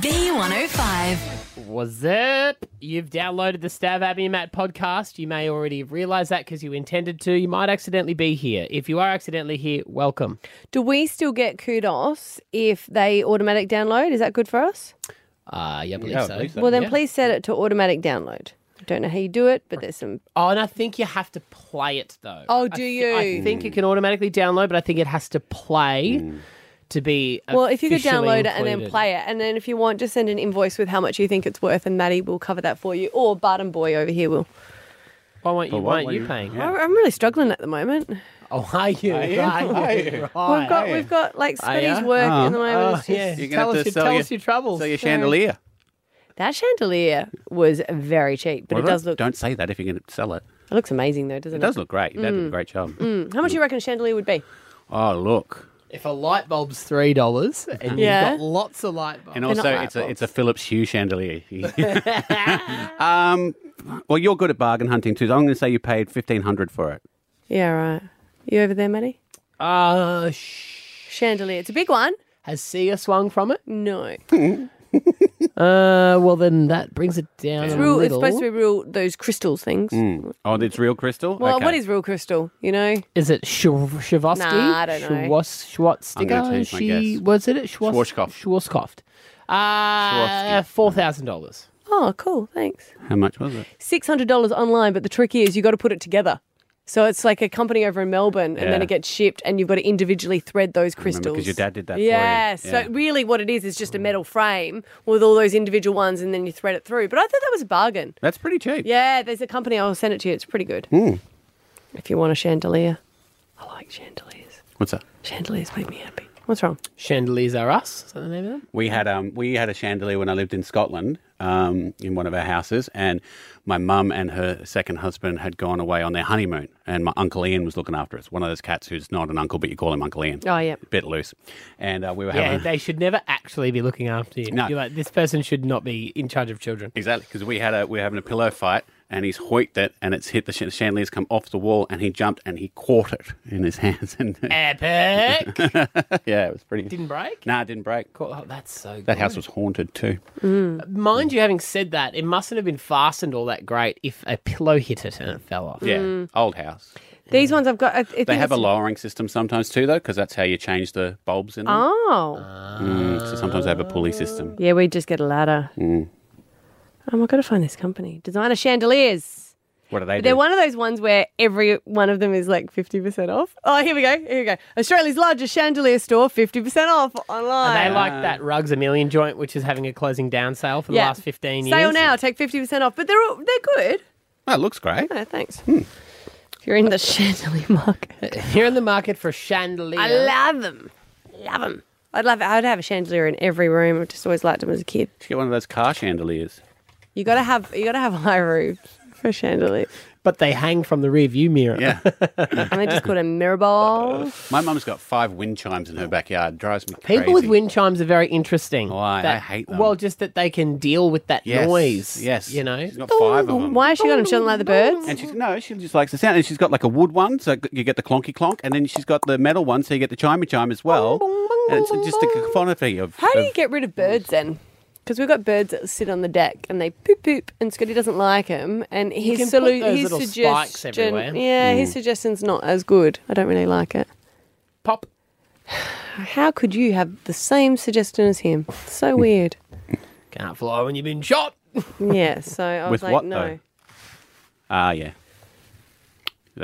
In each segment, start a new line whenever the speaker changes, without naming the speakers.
B105.
What's up? You've downloaded the Stav Abby and Matt podcast. You may already have realised that because you intended to. You might accidentally be here. If you are accidentally here, welcome.
Do we still get kudos if they automatic download? Is that good for us?
Uh, yeah, I believe,
Yeah, I
so.
believe so.
Well, then
Yeah.
please set it to automatic download. Don't know how you do it, but there's some.
Oh, and I think you have to play it though.
Oh,
I
do
thi-
you?
I think you can automatically download, but I think it has to play
Hmm.
to be.
Well, if you could
officially
download it and then
included.
play it, and then if you want, just send an invoice with how much you think it's worth, and Maddie will cover that for you, or Bart and Boy over here will.
Why won't you? Why
But why
aren't you
won't you-
paying?
Yeah.
I'm I'm really struggling at the moment.
Oh, are you? Are
you? Are you?
Right.
we've got
yeah.
we've got like
Are ya?
Scotty's work
Oh.
in the moment.
Oh,
It's just-
yeah.
You're gonna
Tell
have
us,
to
your,
sell
tell
your-
us your troubles.
So your chandelier.
That chandelier was very cheap, but
Well,
it does look.
Don't say that if you're going to sell it.
It looks amazing though, doesn't
It
it?
does look great. That did a great job.
Mm. How much do you reckon a chandelier would be?
Oh, look.
If a light bulb's three dollars and
Yeah.
you've got lots of light bulbs,
And
They're not
also,
light
it's a,
bulbs.
it's a Philips Hue chandelier. um, well, you're good at bargain hunting too. So I'm going to say you paid 1500 for it.
Yeah, right. You over there, Maddie?
uh, sh-
Chandelier. It's a big one.
has Sia swung from it?
No.
Uh, well then that brings it down
It's
a
real. It's
little.
supposed to be real. Those crystals things.
Oh, it's real crystal?
Well,
Okay.
what is real crystal? You know,
Is it Shav- Shavosky?
Nah, I don't know.
I'm gonna
Schwartz-
change my
She
guess.
was it? Schwartz-
Schwarzkopf.
Schwarzkopf. Uh,
Schwarzkopf.
Ah, four thousand dollars.
oh, cool, thanks.
How much was it?
Six hundred dollars online, but the trick is you got to put it together. So it's like a company over in Melbourne, and then
Yeah.
it gets shipped, and you've got to individually thread those crystals.
your dad did that for you.
Yeah. So
Yeah.
really, what it is is just a metal frame with all those individual ones, and then you thread it through. But I thought that was a bargain.
That's pretty cheap.
Yeah, there's a company. I'll send it to you. It's pretty good.
Hmm.
If you want a chandelier, I like chandeliers.
What's that?
Chandeliers make me happy. What's wrong?
Chandeliers are us. Is that the name of them?
We had um we had a chandelier when I lived in Scotland um, in one of our houses, and my mum and her second husband had gone away on their honeymoon, and my uncle Ian was looking after us. One of those cats who's not an uncle, but you call him Uncle Ian.
Oh, yeah.
bit loose, and uh, we were
Yeah,
having.
they should never actually be looking after you.
No.
You're like, this person should not be in charge of children.
Exactly, because we had a we were having a pillow fight, and he's hoiked it, and it's hit the, sh- chandelier's come off the wall, and he jumped and he caught it in his hands, and
Epic.
yeah, it was pretty.
Didn't break.
nah, it didn't break.
Oh, that's so. Good.
That house was haunted too.
Mm.
Mind you, having said that, it mustn't have been fastened all that great if a pillow hit it and it fell off.
Yeah, old house.
These ones I've got. I, I think
They have a
it's-
lowering system sometimes too, though, because that's how you change the bulbs in them.
Oh.
Mm, so sometimes they have a pulley system. Mm.
Yeah, we just get a ladder. Um, I've got to find this company. Designer Chandeliers.
What do they
But
do?
they're one of those ones where every one of them is like 50% off. Oh, here we go. Here we go. Australia's largest chandelier store, 50% off online.
And they like that Rugs a Million joint, which is having a closing down sale for the
Yeah.
last 15 years.
Sale now, take 50% off. But they're all, they're good.
oh, it looks great.
No, thanks. If you're in the chandelier market.
Hmm. You're in the market for a chandelier.
I love
Uh,
them. Love them. I'd love it. I'd have a chandelier in every room. I've just always liked them as a kid.
Should get one of those car chandeliers.
You gotta have you gotta have high roofs for chandeliers.
but they hang from the rear view mirror.
Yeah,
And they just called a mirror bowl.
my mum's got five wind chimes in her backyard. Drives me
People
crazy.
with wind chimes are very interesting.
Why? I
That-
hate them.
Well, just that they can deal with that
yes.
noise.
Yes,
You know?
she's got five of them.
Why has she got them? She doesn't like the birds?
And she's no, she just likes the sound. And she's got like a wood one, so you get the clonky clonk, and then she's got the metal one, so you get the chimey chime as well. And it's just a cacophony of.
How do you
of-
get rid of birds then? Because we've got birds that sit on the deck and they poop poop, and Scotty doesn't like them. And
can
his
put
solu-
those
his
little
suggestion,
spikes everywhere.
yeah,
Hmm.
his suggestion's not as good. I don't really like it.
Pop.
How could you have the same suggestion as him? So weird.
Can't fly when you've been shot.
yeah. So I was
With
like,
what,
no.
though? Ah, yeah.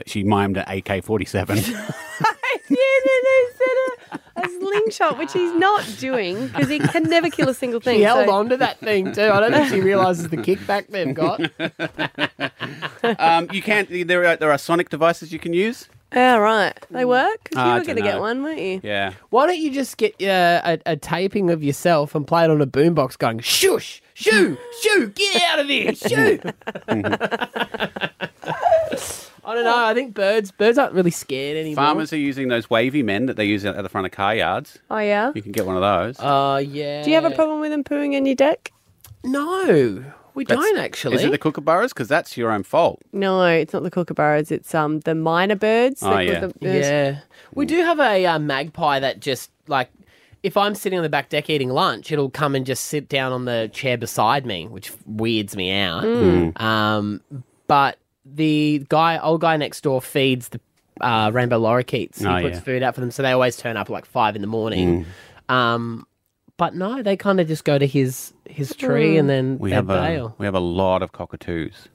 She mimed an AK forty-seven.
yeah, no, no, said a, a slingshot, which he's not doing because he can never kill a single thing.
He held
so-
on to that thing, too. I don't know if she realises the kickback they've got.
um, you can't. There are there are sonic devices you can use.
Yeah, right. They work. 'Cause
Ah, I
you were going to
dunno.
get one, weren't you?
Yeah.
Why don't you just get uh, a, a taping of yourself and play it on a boombox going, shush, shoo, shoo, get out of here, shoo? I don't know. I think birds birds aren't really scared anymore.
Farmers are using those wavy men that they use at the front of car yards.
Oh yeah.
You can get one of those.
Uh, yeah.
Do you have a problem with them pooing on your deck?
No, we
That's-
don't actually.
Is it the kookaburras? Because that's your own fault.
No, it's not the kookaburras. It's um the minor birds.
Oh,
They call
yeah.
them-
yeah. We do have a uh, magpie that just, like, if I'm sitting on the back deck eating lunch, it'll come and just sit down on the chair beside me, which weirds me out.
Mm.
Um, but the guy, old guy next door, feeds the uh, rainbow lorikeets. He
Oh,
puts
yeah. Mm.
food out for them, so they always turn up at like five in the morning. Um, but no, they kind of just go to his his tree and then
We
they
have a
bail.
we have a lot of cockatoos,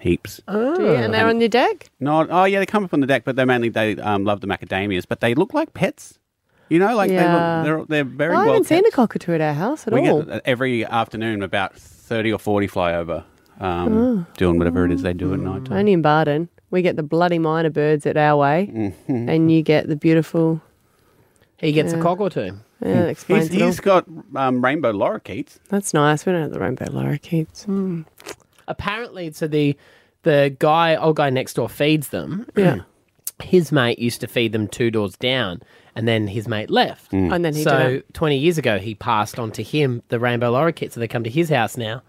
heaps.
Do you? And
Ah.
they're on your deck?
Not oh yeah, they come up on the deck, but they mainly they um, love the macadamias, but they look like pets. You know, like
Yeah.
they look, they're they're very
I
well
haven't seen a
kept.
cockatoo at our house at
We
all.
get uh, every afternoon about thirty or forty fly over, um,
Ah.
doing whatever it is they do at night time.
Only in Barden. We get the bloody minor birds at our way,
Mm-hmm.
and you get the beautiful.
He gets a cock or two.
Yeah, that
Hmm. He's,
explains it all.
he's got um, rainbow lorikeets.
That's nice. We don't have the rainbow lorikeets.
Hmm.
Mm.
Apparently, so the the guy, old guy next door, feeds them.
Yeah.
His mate used to feed them two doors down, and then his mate left.
Oh, And then he did
so
it.
20 years ago, he passed on to him the rainbow lorikeet, so they come to his house now.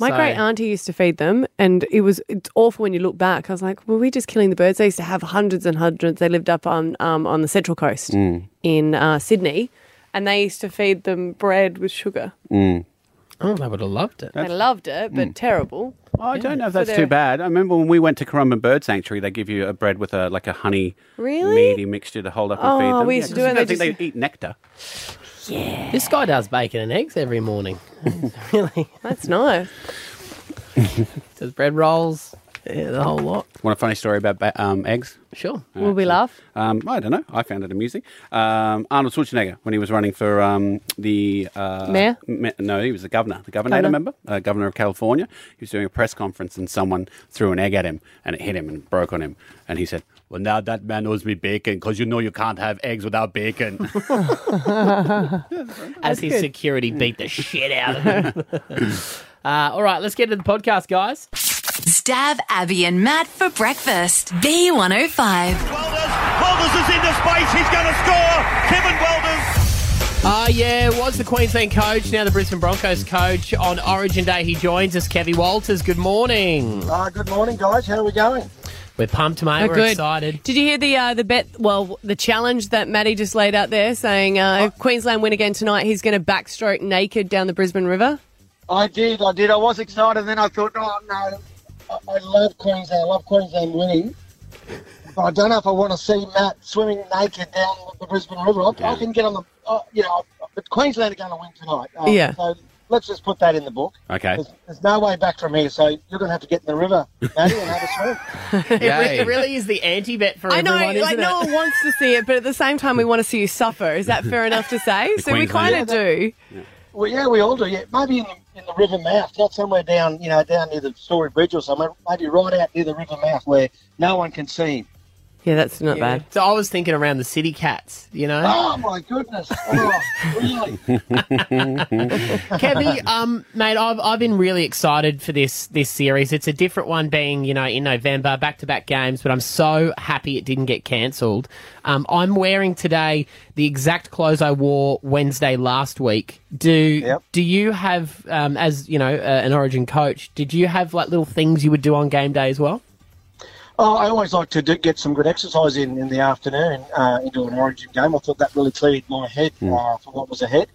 My
so-
great auntie used to feed them, and it was it's awful when you look back. I was like, were we just killing the birds? They used to have hundreds and hundreds. They lived up on um, on the Central Coast in uh, Sydney, and they used to feed them bread with sugar.
Oh, they would have loved it.
They loved it, but terrible.
Mm. I don't know if oh, that's
they're-
too bad. I remember when we went to Corumban Bird Sanctuary, they give you a bread with a like a honey
Really?
meaty mixture to hold up and feed
Oh,
them.
we used to
'cause
do
you
it,
don't
they
think
just-
they eat nectar.
This guy does bacon and eggs every morning. really?
That's nice.
Does bread rolls, yeah, the whole lot.
Want a funny story about ba- um, eggs?
Sure.
Will we laugh?
Um, I don't know. I found it amusing. Um, Arnold Schwarzenegger, when he was running for um, the uh,
Mayor?
me- no, he was the governor, the governor,
Governor.
member, uh, governor of California. He was doing a press conference, and someone threw an egg at him, and it hit him and broke on him. And he said, "Well, now that man owes me bacon, because you know you can't have eggs without bacon."
As his security beat the shit out of him. uh, all right, let's get to the podcast, guys.
Stab Abby and Matt for breakfast. B105.
Welders. Welders is into space. He's going to score. Kevin Welders.
Ah, yeah, was the Queensland coach, now the Brisbane Broncos coach. On Origin Day, he joins us, Kevy Walters. Good morning.
Uh, good morning, guys. How are we going?
We're pumped, mate. We're
good.
excited.
Did you hear the uh, the bet? Well, the challenge that Maddie just laid out there, saying uh,
Oh.
if Queensland win again tonight, he's going to backstroke naked down the Brisbane River.
I did, I did. I was excited, and then I thought, oh no, I, I love Queensland. I love Queensland winning. But I don't know if I want to see Matt swimming naked down the Brisbane River. I, I can get on the, uh, you know, but Queensland are going to win tonight. Uh,
Yeah.
So let's just put that in the book.
okay,
There's, there's no way back from here, so you're going to have to get in the river, Maddie, and have a swim.
It, re- it really is the anti bet for
I know,
everyone, isn't
like
it?
no one wants to see it, but at the same time, we want to see you suffer. Is that fair enough to say? so we
Queensland.
kind of do.
Well, yeah, we all do. Yeah, maybe in the, in the river mouth, not somewhere down, you know, down near the Story Bridge or somewhere. Maybe right out near the river mouth where no one can see him.
Yeah, that's not
Yeah.
bad.
So I was thinking around the city cats, you know.
Oh my goodness! Oh, really?
Kevy, um, mate, I've I've been really excited for this this series. It's a different one, being you know in November, back to back games, but I'm so happy it didn't get cancelled. Um, I'm wearing today the exact clothes I wore Wednesday last week. Do
Yep.
do you have um, as you know uh, an Origin coach? Did you have like little things you would do on game day as well?
Oh, I always like to do, get some good exercise in in the afternoon uh, into an Origin game. I thought that really cleared my head uh, for what was ahead.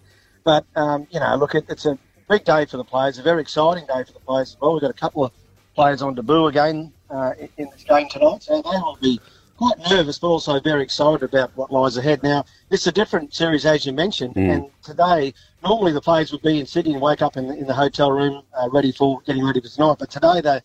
But um, you know, look, it, it's a big day for the players. A very exciting day for the players as well. We've got a couple of players on debut again uh, in- in this game tonight, so they will be quite nervous, but also very excited about what lies ahead. Now, it's a different series as you mentioned, and today normally the players would be in Sydney and wake up in the, in the hotel room uh, ready for getting ready for tonight. But today they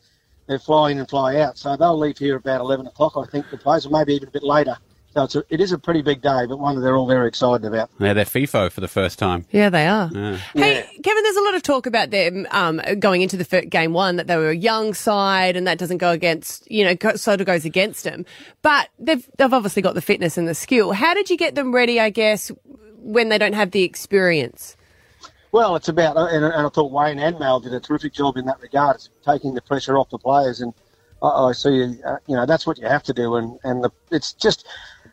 they fly in and fly out. So they'll leave here about 11 o'clock, I think, the players, or maybe even a bit later. So it's a, it is a pretty big day, but one that they're all very excited about.
yeah, they're FIFO for the first time.
Yeah, they are. Hey, Kevin, there's a lot of talk about them um, going into the fir- game one that they were a young side and that doesn't go against, you know, go- sort of goes against them. But they've, they've obviously got the fitness and the skill. How did you get them ready, I guess, when they don't have the experience?
Well, it's about, uh, and, and I thought Wayne and Mal did a terrific job in that regard. It's taking the pressure off the players, and uh, I see, uh, you know, that's what you have to do. And and the, it's just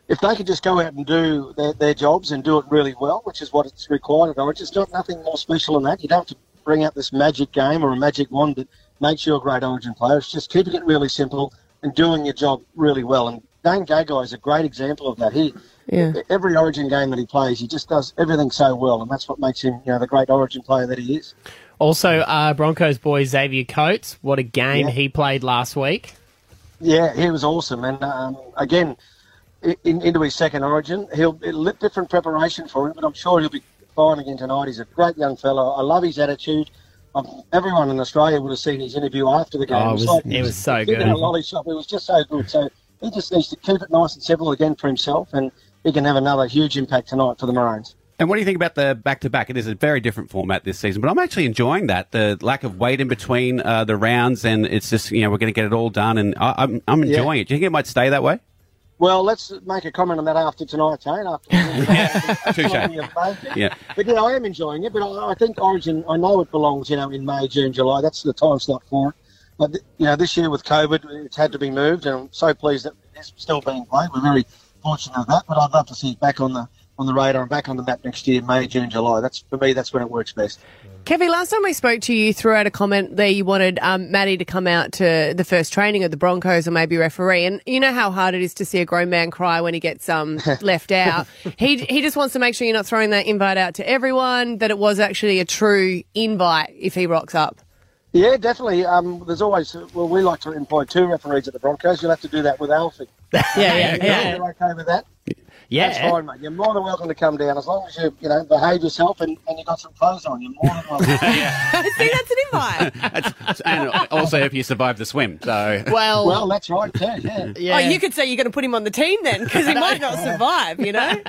if they could just go out and do their, their jobs and do it really well, which is what it's required of Orange. It's not nothing more special than that. You don't have to bring out this magic game or a magic wand that makes you a great Origin player. It's just keeping it really simple and doing your job really well. And Dane Gagai is a great example of that. He
Yeah.
Every Origin game that he plays, he just does everything so well, and that's what makes him, you know, the great Origin player that he is.
Also, uh, Broncos boy Xavier Coates, what a game he played last week.
Yeah, he was awesome. And um, again, i- in, into his second origin, he'll a little different preparation for him, but I'm sure he'll be fine again tonight. He's a great young fellow. I love his attitude. Um, everyone in Australia would have seen his interview after the game.
Oh, it was,
like-
it was so
Give it a
good.
lolly shop. It was just so good. So he just needs to keep it nice and simple again for himself, and he can have another huge impact tonight for the Maroons.
And what do you think about the back to back? It is a very different format this season, but I'm actually enjoying that. The lack of wait in between uh, the rounds, and it's just, you know, we're going to get it all done, and I, I'm, I'm enjoying it. Do you think it might stay that way?
Well, let's make a comment on that after tonight, Tane. After
Touche. Yeah.
But yeah, I am enjoying it. But I, I think Origin, I know it belongs, you know, in May, June, July. That's the time slot for it. But th- you know, this year with COVID, it's had to be moved, and I'm so pleased that it's still being played. We're very fortunate of that. But I'd love to see it back on the on the radar and back on the map next year, May, June, July. That's for me. That's when it works best.
Kevy, last time we spoke to you, you threw out a comment there you wanted um, Maddie to come out to the first training of the Broncos or maybe referee. And you know how hard it is to see a grown man cry when he gets um, left out. He he just wants to make sure you're not throwing that invite out to everyone, that it was actually a true invite if he rocks up.
Yeah, definitely. Um, there's always well, we like to employ two referees at the Broncos. You'll have to do that with Alfie.
Yeah, yeah, yeah.
You're okay with that? That's
yeah.
fine, mate. You're more than welcome to come down as long as you, you know, behave yourself and, and you've got some clothes on. You're more than welcome.
See, that's an invite.
That's, and also, if you survive the swim. So,
Well,
well, that's right, too. Yeah.
oh, you could say you're going to put him on the team then because he might not survive, you know?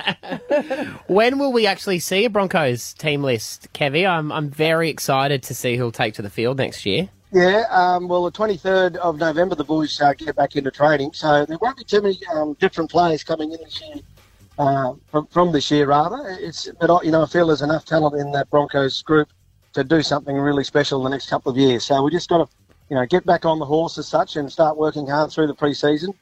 When will we actually see a Broncos team list, Kevy? I'm, I'm very excited to see who'll take to the field next year.
Yeah, um, well, the 23rd of November, the boys uh, get back into training, so there won't be too many um, different players coming in this year, uh, from, from this year, rather. It's, but, I, you know, I feel there's enough talent in that Broncos group to do something really special in the next couple of years. So we just got to, you know, get back on the horse as such and start working hard through the pre-season,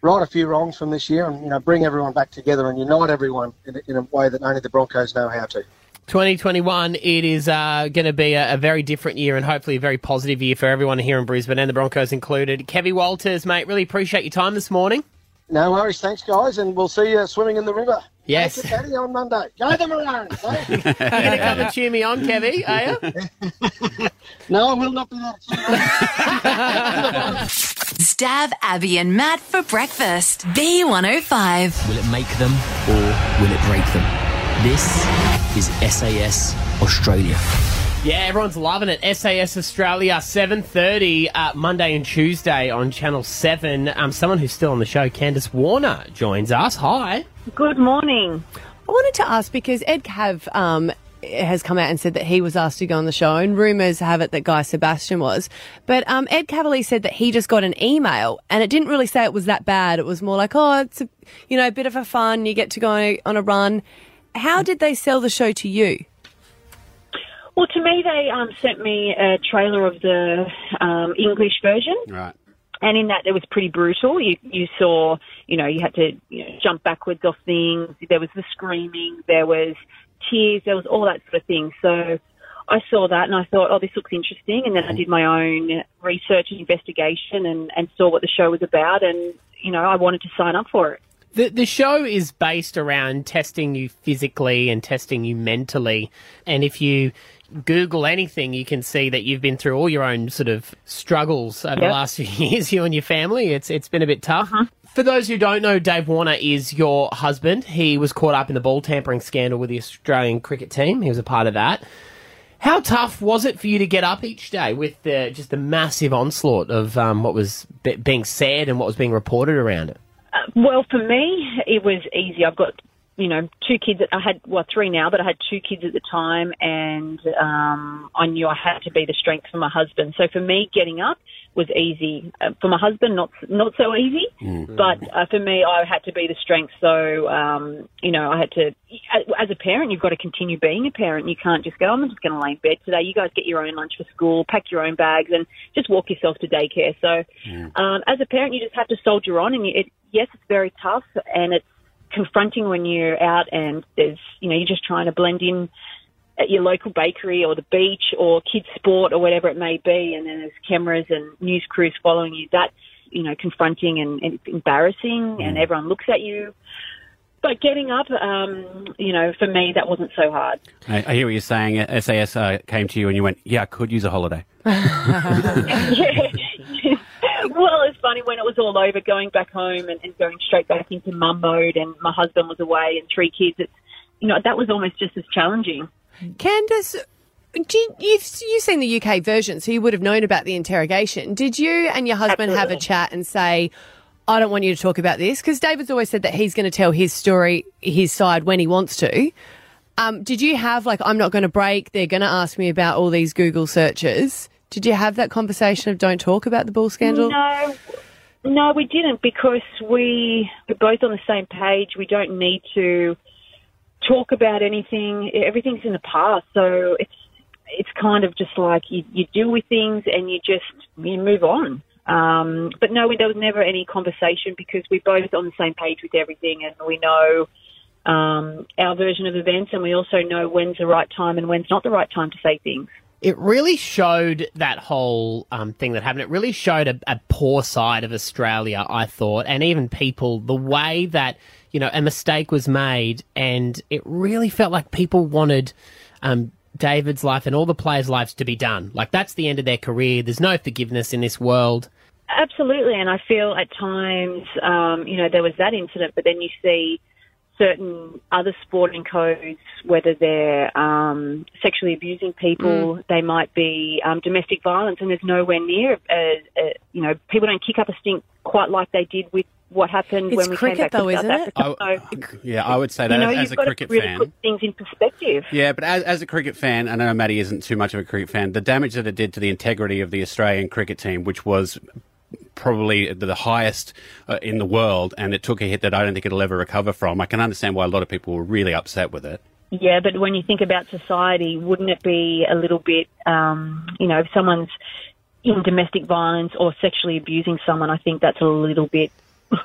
right a few wrongs from this year and, you know, bring everyone back together and unite everyone in a, in a way that only the Broncos know how to.
2021, it is uh, going to be a, a very different year and hopefully a very positive year for everyone here in Brisbane and the Broncos included. Kevy Walters, mate, really appreciate your time this morning.
No worries. Thanks, guys, and we'll see you swimming in the river.
Yes.
Take it, Daddy, on Monday. Go the Maroons. eh?
You're going to come and cheer me on, Kevy, are you?
no, I will not be there.
Stab Abby and Matt for breakfast. B105.
Will it make them or will it break them? This is SAS Australia.
Yeah, everyone's loving it. SAS Australia, 7.30 uh, Monday and Tuesday on Channel 7. Um, someone who's still on the show, Candace Warner, joins us. Hi.
Good morning.
I wanted to ask because Ed Cav um, has come out and said that he was asked to go on the show, and rumours have it that Guy Sebastian was. But um, Ed Cavalier said that he just got an email, and it didn't really say it was that bad. It was more like, oh, it's a, you know a bit of a fun. You get to go on a run. How did they sell the show to you?
Well, to me, they um, sent me a trailer of the um, English version,
right.
and in that it was pretty brutal. You you saw, you know, you had to you know, jump backwards off things. There was the screaming, there was tears, there was all that sort of thing. So I saw that and I thought, oh, this looks interesting. And then I did my own research and investigation and, and saw what the show was about, and you know, I wanted to sign up for it.
The, the show is based around testing you physically and testing you mentally. And if you Google anything, you can see that you've been through all your own sort of struggles over the
Yep.
last few years, you and your family. It's It's been a bit tough. For those who don't know, Dave Warner is your husband. He was caught up in the ball tampering scandal with the Australian cricket team. He was a part of that. How tough was it for you to get up each day with the, just the massive onslaught of um, what was be- being said and what was being reported around it?
Uh, Well, for me, it was easy. I've got, you know, two kids. I had, well, three now, but I had two kids at the time, and um, I knew I had to be the strength for my husband. So for me, getting up was easy. Uh, for my husband, not not so easy.
Mm.
Mm.
But uh, for me, I had to be the strength. So, um, you know, I had to, as a parent, you've got to continue being a parent. You can't just go, I'm just going to lay in bed today. You guys get your own lunch for school, pack your own bags, and just walk yourself to daycare. So, um, as a parent, you just have to soldier on. And you, it, yes, it's very tough and it's confronting when you're out and there's, you know, you're just trying to blend in at your local bakery or the beach or kids sport or whatever it may be and then there's cameras and news crews following you that's you know confronting and, and embarrassing and everyone looks at you But getting up, um, you know, for me, that wasn't so hard.
I, I hear what you're saying. Uh, SAS uh, came to you and you went, "Yeah, I could use a holiday."
well, it's funny when it was all over, going back home and, and going straight back into mum mode, and my husband was away and three kids. It's you know that was almost just as challenging.
Candace, do you, you've, you've seen the UK version, so you would have known about the interrogation. Did you and your husband have a
Absolutely.
chat and say, I don't want you to talk about this? Because David's always said that he's going to tell his story, his side, when he wants to. Um, did you have, like, I'm not going to break, they're going to ask me about all these Google searches? Did you have that conversation of don't talk about the bull scandal?
No, no, we didn't because we we're both on the same page. We don't need to talk about anything. Everything's in the past, so it's it's kind of just like you, you deal with things and you just you move on. Um, but no, we, there was never any conversation because we're both on the same page with everything, and we know um, our version of events, and we also know when's the right time and when's not the right time to say things.
It really showed that whole um, thing that happened. It really showed a, a poor side of Australia, I thought, and even people, the way that, you know, a mistake was made. And it really felt like people wanted um, David's life and all the players' lives to be done. Like, that's the end of their career. There's no forgiveness in this world.
Absolutely, and I feel at times, um, you know, there was that incident, but then you see certain other sporting codes, whether they're um, sexually abusing people,
Mm.
they might be um, domestic violence, and there's nowhere near, uh, uh, you know, people don't kick up a stink quite like they did with what happened
It's
when we
cricket
came back
though,
to
isn't
South
it?
Africa. so,
Yeah, I would say that
you know,
as,
you've
as a
got
cricket
to really
fan.
put things in perspective.
Yeah, but as, as a cricket fan, I know Matty isn't too much of a cricket fan. The damage that it did to the integrity of the Australian cricket team, which was probably the highest uh, in the world, and it took a hit that I don't think it'll ever recover from. I can understand why a lot of people were really upset with it.
Yeah, but when you think about society, wouldn't it be a little bit, um, you know, if someone's in domestic violence or sexually abusing someone, I think that's a little bit.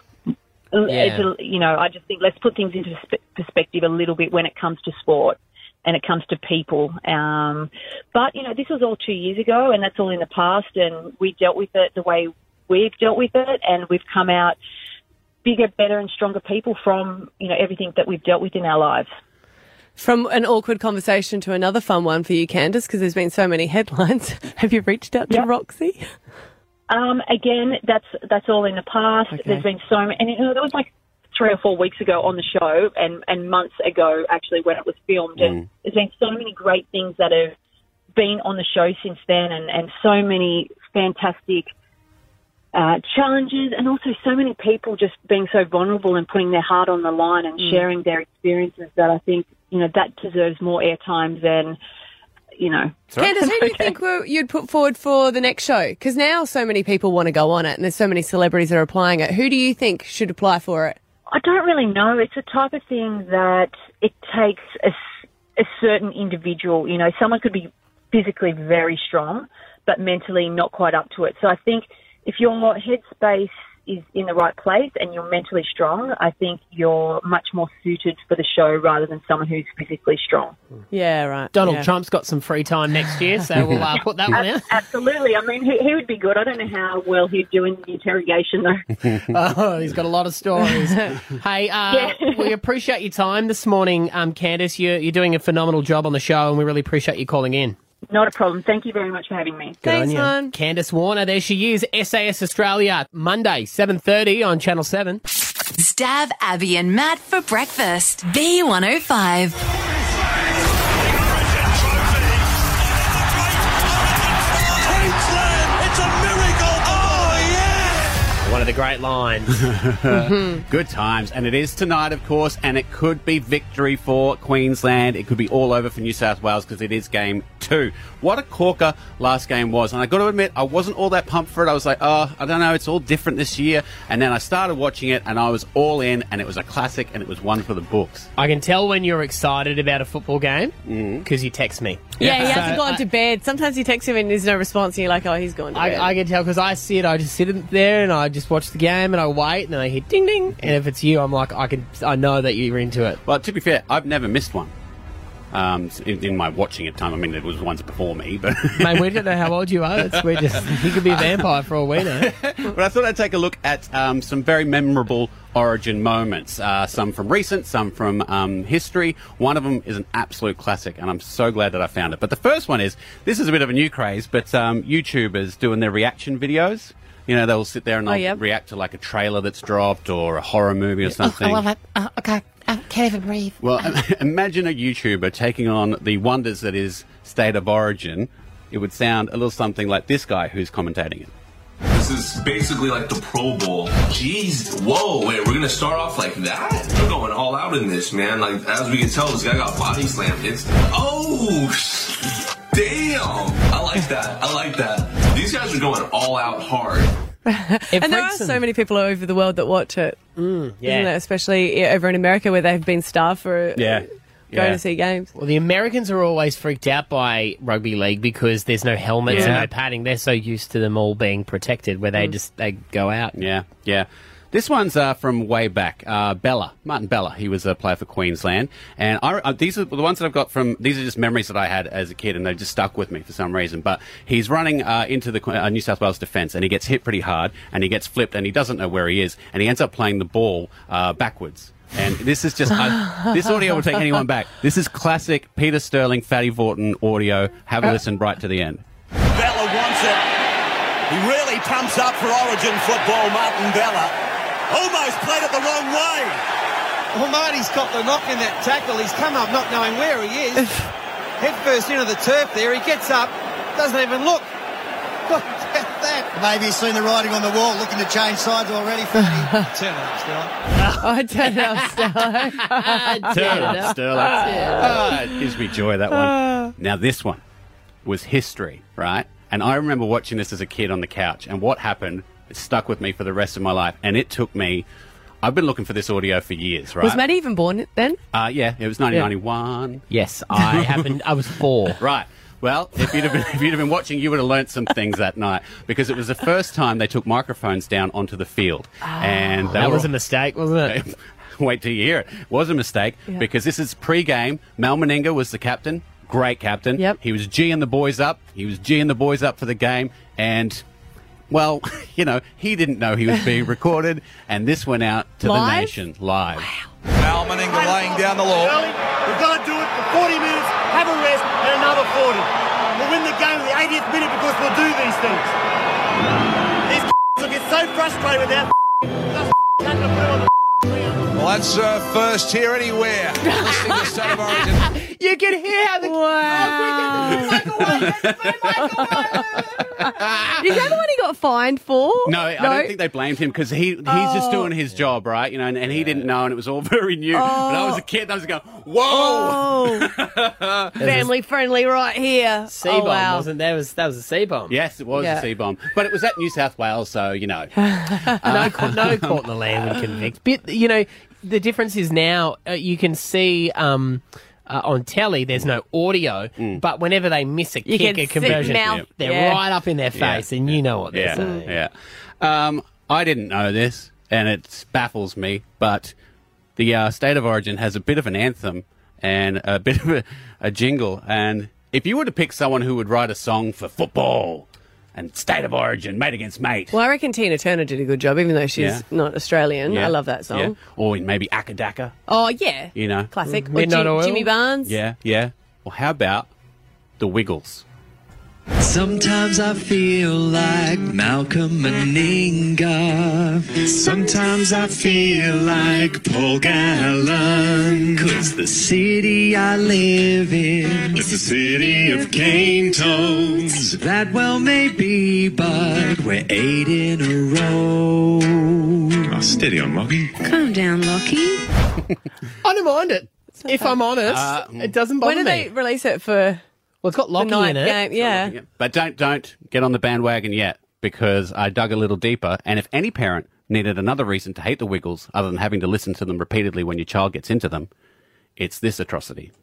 It's a, you know, I just think let's put things into perspe- perspective a little bit when it comes to sport and it comes to people. Um, but you know, this was all two years ago, and that's all in the past, and we dealt with it the way we've dealt with it, and we've come out bigger, better, and stronger people from you know everything that we've dealt with in our lives.
From an awkward conversation to another fun one for you, Candace, because there's been so many headlines. have you reached out to
Yeah.
Roxy?
Um, again, that's that's all in the past.
Okay.
There's been so many, and you know, that was like three or four weeks ago on the show, and and months ago actually when it was filmed. And there's been so many great things that have been on the show since then, and and so many fantastic. Uh, challenges and also so many people just being so vulnerable and putting their heart on the line and sharing their experiences that I think you know that deserves more airtime than you know
Candace, who do you think were, you'd put forward for the next show? Because now so many people want to go on it, and there's so many celebrities that are applying it. Who do you think should apply for it?
I don't really know. It's a type of thing that it takes a, s- a certain individual. You know, someone could be physically very strong, but mentally not quite up to it. So I think if your headspace is in the right place and you're mentally strong, I think you're much more suited for the show rather than someone who's physically strong.
Yeah, right.
Donald
yeah.
Trump's got some free time next year, so we'll uh, put that one out.
Absolutely. I mean, he, he would be good. I don't know how well he'd do in the interrogation, though.
Oh, he's got a lot of stories. hey, uh, we appreciate your time this morning, um, Candice. You're, you're doing a phenomenal job on the show, and we really appreciate you calling in.
not a problem. Thank you very much for having me.
Thanks,
Good on
hon.
you. Candice Warner, there she is, SAS Australia, Monday, 7.30 on Channel 7.
Stab Abby and Matt for breakfast. B105.
It's a miracle. Oh, yeah.
One of the great lines.
Mm-hmm. Good times, and it is tonight, of course, and it could be victory for Queensland. It could be all over for New South Wales because it is game two. What a corker last game was, and I got to admit, I wasn't all that pumped for it. I was like, oh, I don't know, it's all different this year. And then I started watching it, and I was all in, and it was a classic, and it was one for the books.
I can tell when you're excited about a football game because you text me.
Yeah, he hasn't
So,
gone
I-
to bed. Sometimes you text him and there's no response, and you're like, oh, he's gone to bed.
I, I can tell because I sit, I just sit in there and I just watch the game and I wait and then I hear ding ding. And if it's you, I'm like, I can, I know that you're into it.
Well, to be fair, I've never missed one. Um, in, in my watching it time, I mean, there was ones before me, but
Mate, we don't know how old you are. That's, we're just, you could be a vampire for all we know.
but I thought I'd take a look at um, some very memorable origin moments. Uh, some from recent, some from um, history. One of them is an absolute classic, and I'm so glad that I found it. But the first one is this is a bit of a new craze, but um, YouTubers doing their reaction videos. You know, they'll sit there and they'll
yeah.
react to like a trailer that's dropped or a horror movie or something.
okay, I can't even breathe.
Well, imagine a YouTuber taking on the wonders that is State of Origin. It would sound a little something like this guy who's commentating it.
This is basically like the Pro Bowl. Jeez, whoa, wait, we're gonna start off like that? We're going all out in this, man. Like, as we can tell, this guy got body slammed. It's. Oh! Damn! I like that. I like that. These guys are going all out hard.
And there are so many people over the world that watch it,
Mm,
isn't there? especially yeah, over in America where they've been starved for
Yeah.
going
Yeah.
to see games.
Well, the Americans are always freaked out by rugby league because there's no helmets and
Yeah.
no padding. They're so used to them all being protected, where they just they go out.
Mm. Yeah, yeah. This one's uh, from way back. Uh, Bella, Martin Bella. He was a player for Queensland, and I, uh, these are the ones that I've got from. These are just memories that I had as a kid, and they just stuck with me for some reason. But he's running uh, into the Que- uh, New South Wales defence, and he gets hit pretty hard, and he gets flipped, and he doesn't know where he is, and he ends up playing the ball uh, backwards. And this is just I, this audio will take anyone back. This is classic Peter Sterling, Fatty Vorton audio. Have a listen right to the end.
Bella wants it. He really pumps up for Origin football, Martin Bella. Almost played it the wrong way.
Well, Marty's got the knock in that tackle. He's come up not knowing where he is. Head first into the turf there. He gets up, doesn't even look. Look at that. Maybe he's seen the writing on the wall, looking to change sides already. Turn it up, Stella.
I don't know. Stella.
Turn up, Sterling. Ah, it gives me joy, that one. Now, this one was history, right? And I remember watching this as a kid on the couch, and what happened it stuck with me for the rest of my life. And it took me, I've been looking for this audio for years, right?
Was Maddie even born then?
uh, yeah, it was 1991.
Yes, I happened. I was four.
Right. Well, if you'd, have been, if you'd have been watching, you would have learnt some things that night because it was the first time they took microphones down onto the field. and they
Ah. That
were-
was a mistake, wasn't it?
Wait till you hear it. Was a mistake because this is pre-game. Mal Meninga was the captain. Great captain.
Yep.
He was geeing the boys up. He was geeing the boys up for the game. And, well, you know, he didn't know he was being recorded. And this went out to the
Live?
nation live.
Mal Meninga laying down the law.
Early, we've got to do it for 40 minutes, have a rest, and another 40. We'll win the game at the 80th minute because we'll do these things. These will get so frustrated with our just having to put it on the
Well, that's uh, first here anywhere. Listening to State of Origin.
You can hear how the
Wow. Is that the one he got fined for?
No, I don't think they blamed him because he he's just doing
Oh.
his job, right? You know, and, and he didn't know, and it was all very new. But I was a kid, and I was going, "Whoa!"
Oh, family friendly right here.
C
oh,
bomb
wow.
wasn't there? Was that was a C bomb?
Yes, it was
Yeah.
a C bomb, but it was at New South Wales, so you know.
no, court, no court in the land would convict. But you know, the difference is now uh, you can see. Um, uh, on telly, there's no audio, but whenever they miss a
You
kick,
can see
a conversion,
mouth-
they're
Yeah.
right up in their face, and you know what they're
yeah,
saying.
yeah. Um, I didn't know this, and it baffles me. But the uh, state of origin has a bit of an anthem and a bit of a, a jingle. And if you were to pick someone who would write a song for football and state of origin, mate against mate,
Well, I reckon Tina Turner did a good job, even though she's
Yeah.
not Australian.
Yeah,
I love that song.
yeah. or maybe Akadaka,
Oh, yeah.
you know,
Classic. Or
Midnight
Jim-
Oil.
Jimmy Barnes.
yeah, yeah. Well, how about the Wiggles?
Sometimes I feel like Malcolm Meninga. Sometimes I feel like Paul Gallen. Cause the city I live in is the city of cane toads. That well may be, but we're eight in a row. Oh, steady on, Moggy.
Calm down, Lockie.
I don't mind it. If I'm honest, Uh, it doesn't bother
When did
me.
they release it for
well, it's got
the
Lockie
night
in it.
game? Yeah.
But don't don't get on the bandwagon yet because I dug a little deeper. And if any parent needed another reason to hate the Wiggles other than having to listen to them repeatedly when your child gets into them, it's this atrocity.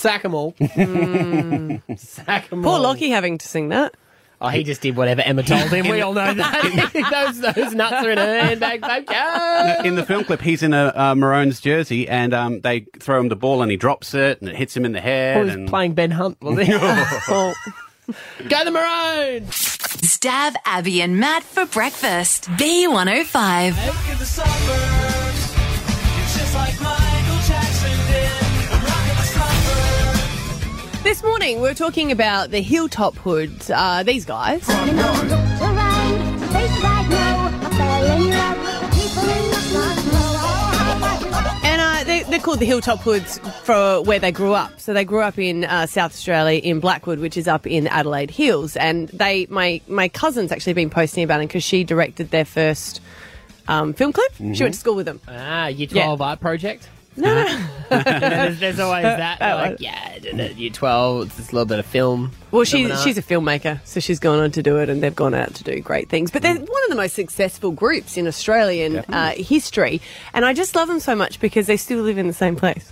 Sack 'em all. Sack 'em
Poor
all.
Mm. Lockie having to sing that.
Oh, he just did whatever Emma told him. we all know that. those, those nuts are in her handbag. Okay.
in the film clip, he's in a uh, Maroon's jersey, and um, they throw him the ball, and he drops it, and it hits him in the head.
Or he's
and
playing Ben Hunt, was he? Oh. Go the Maroons!
Stab Abby and Matt for breakfast. B105.
Look at the suburbs. It's just like Michael Jackson did. I'm rocking the suburbs.
This morning, we were talking about the hilltop hoods, uh, these guys. And uh, they, they're called the Hilltop Hoods for where they grew up. So they grew up in uh, South Australia in Blackwood, which is up in Adelaide Hills. And they, my my cousin's actually been posting about them because she directed their first um, film clip. She went to school with them.
Mm-hmm. Ah, Year 12 art project? No, there's, there's always that. like,
Uh,
yeah, d- d- Year 12, it's just a little bit of film.
Well, she,
Coming up.
she's a filmmaker, so she's gone on to do it, and they've gone out to do great things. But they're
Mm.
one of the most successful groups in Australian uh, history, and I just love them so much because they still live in the same place.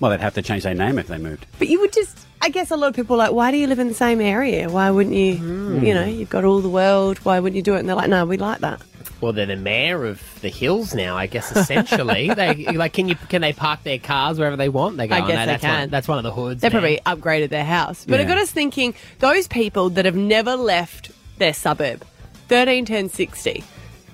Well, they'd have to change their name if they moved.
But you would just, I guess, a lot of people are like, why do you live in the same area? Why wouldn't you?
Mm.
You know, you've got all the world. Why wouldn't you do it? And they're like, no, we like that.
Well, they're the mayor of the hills now, I guess. Essentially, they like can you can they park their cars wherever they want? They go.
I
"Oh,
guess
no,
they
that's One,
can."
that's one of the hoods.
They
man."
probably upgraded their house. But it
Yeah.
got us thinking those people that have never left their suburb, 13, 10, 60,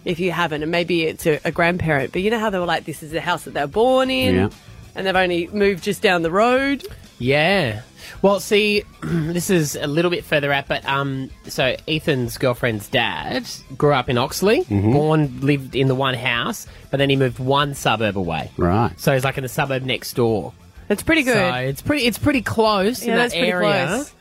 if you haven't, and maybe it's a, a grandparent, but you know how they were like, this is the house that they were born in,
Yeah.
and they've only moved just down the road.
Yeah. Well, see, this is a little bit further out, but um, so Ethan's girlfriend's dad grew up in Oxley, born, lived in the one house, but then he moved one suburb away.
Right.
So he's like in the suburb next door.
That's pretty good.
So it's pretty it's pretty close
Yeah,
in that
that's pretty
area.
close.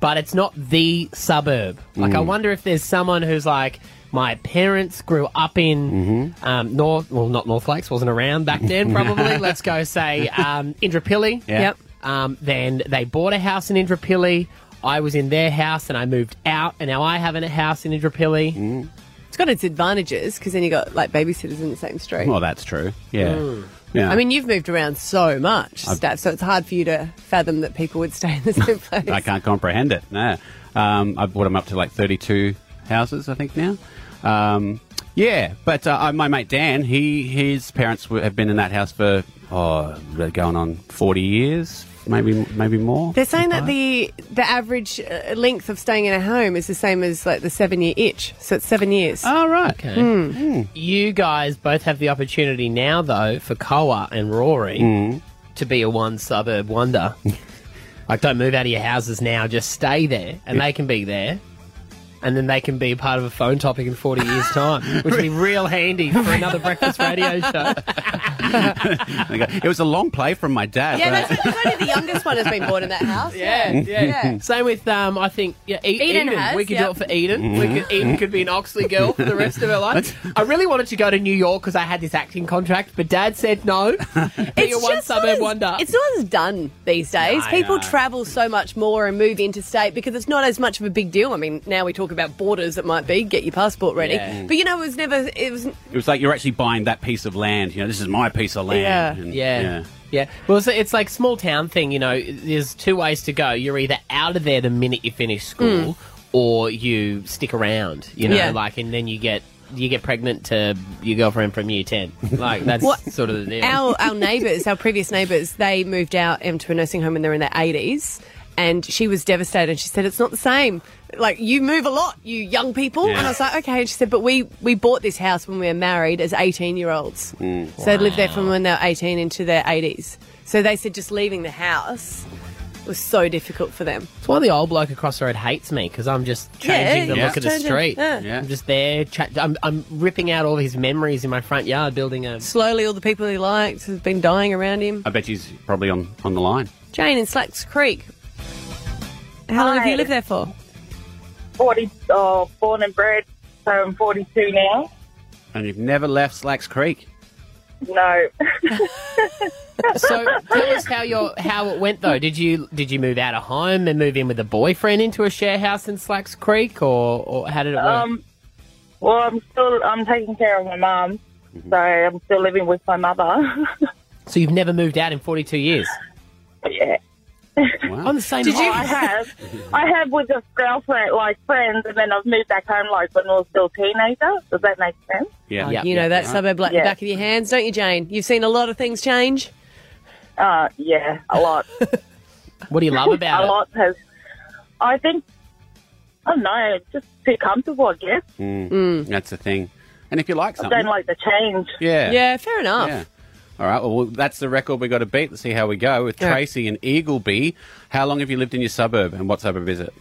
But it's not the suburb. Like I wonder if there's someone who's like my parents grew up in um, North, well, not North Lakes, wasn't around back then, probably. Let's go say um, Indrapilli.
Yeah. Yep.
Um, then they bought a house in Indrapilli. I was in their house and I moved out, and now I have a house in Indrapilli.
It's got its advantages because then you got like babysitters in the same street.
Well, that's true. Yeah.
Mm.
Yeah.
I mean, you've moved around so much, Steph, so it's hard for you to fathom that people would stay in the same place.
I can't comprehend it. No. Um, I bought them up to like 32 houses, I think now. Um, yeah, but uh, I- my mate Dan, he his parents were, have been in that house for oh, they're going on 40 years, maybe maybe more.
They're saying that the the average uh, length of staying in a home is the same as like the seven year itch, so it's seven years.
Oh right.
Okay. Hmm. You guys both have the opportunity now, though, for Koa and Rory to be a one suburb wonder. like, don't move out of your houses now. Just stay there, and they can be there. And then they can be part of a phone topic in 40 years' time, which would be real handy for another breakfast radio show.
it was a long play from my dad.
yeah,
but I-
that's, that's only the youngest one has been born in that house.
Hmm.
Yeah, yeah.
Yeah.
Same with, um, I think, yeah, E- Eden.
Eden has,
we could do
yep.
it for Eden. We could, Eden could be an Oxley girl for the rest of her life. I really wanted to go to New York because I had this acting contract, but Dad said no. be a one
just not
suburb
as-
wonder.
It's not as done Hmm. these days.
No,
People
no.
travel so much more and move interstate because it's not as much of a big deal. I mean, now we talk about borders. It might be get your passport ready,
Yeah.
but you know, it was never. It was
It was like you're actually buying that piece of land. You know, this is my piece of land.
Yeah.
And-
Yeah. yeah. Well, it's, it's like small town thing, you know, there's two ways to go. You're either out of there the minute you finish school or you stick around, you know,
Mm. Yeah.
like and then you get you get pregnant to your girlfriend from year 10. Like that's
What-
sort of the deal.
our our neighbours, our previous neighbours, they moved out um, to a nursing home when they were in their eighties, and she was devastated. She said, "It's not the same. Like you move a lot, you young people."
Yeah.
And I was like, "Okay." And she said, "But we we bought this house when we were married as eighteen year olds, so they lived there from when they were eighteen into their eighties. So they said just leaving the house." Was so difficult for them.
It's why the old bloke across the road hates me because I'm just changing
Yeah,
the
yeah.
look of the
Changing,
street.
yeah.
Yeah.
I'm just there. Cha- I'm, I'm ripping out all his memories in my front yard, building a.
Slowly, all the people he liked has been dying around him.
I bet he's probably on, on the line.
Jane in Slacks Creek. How long have you lived there for?
40, oh, born and bred, so I'm 42 now.
And you've never left Slacks Creek.
No,
So tell us how your how it went though. Did you did you move out of home and move in with a boyfriend into a share house in Slacks Creek, or, or how did it work?
um, well, I'm still, I'm taking care of my mum,
Mm-hmm.
so I'm still living with my mother.
so you've never moved out in 42 years.
yeah.
On the same
Oh, I have. I have with a girlfriend, like friends, and then I've moved back home, like when I was still a teenager. Does that make sense?
Yeah.
Oh, you know that suburb like
Yeah.
the back of your hands, don't you, Jane? You've seen a lot of things change.
Uh, yeah, a lot.
What do you love about
a
it?
lot has. I think. I don't know. It's just too comfortable, I guess.
Mm. That's the thing. And if you like
I
something,
don't like the change.
Yeah. Yeah,
fair
Yeah. All right. Well, that's the record we got to beat. Let's see how we go with
Yeah.
Tracy and Eagleby. How long have you lived in your suburb, and what suburb is it?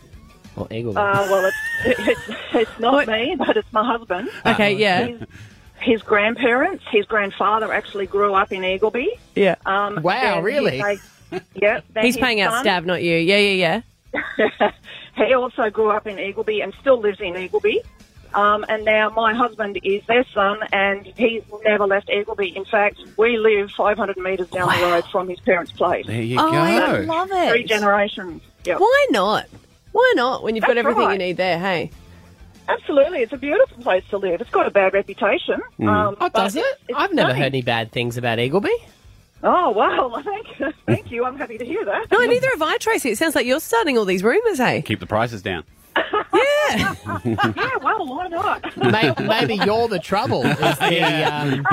Well, Eagleby.
Uh, well, it's, it's, it's not me, but it's my husband.
Okay, yeah.
His, his grandparents, his grandfather actually grew up in Eagleby.
Yeah.
Um,
Wow,
and
really?
he's like- yeah. then
He's
his
paying out
son,
stab, not you. Yeah, yeah,
He also grew up in Eagleby and still lives in Eagleby. Um, and now my husband is their son, and he's never left Eagleby. In fact, we live 500 metres down the road from his parents' place.
There
you Oh, I go. love it.
Three generations.
yeah.
Yeah.
Why not? Why not when you've got
That's
everything you
right.
need there, hey?
Absolutely, it's a beautiful place to live. It's got a bad reputation.
Mm.
Um,
oh,
but
does it?
it's- it's
I've never
stunning.
heard any bad things about Eagleby.
Oh wow! Thank you. Thank you. I'm happy to hear that.
No, neither have I, Tracy. It sounds like you're starting all these rumours, hey?
Keep the prices down.
yeah. Well, why not?
maybe, maybe you're the trouble. Is the, um,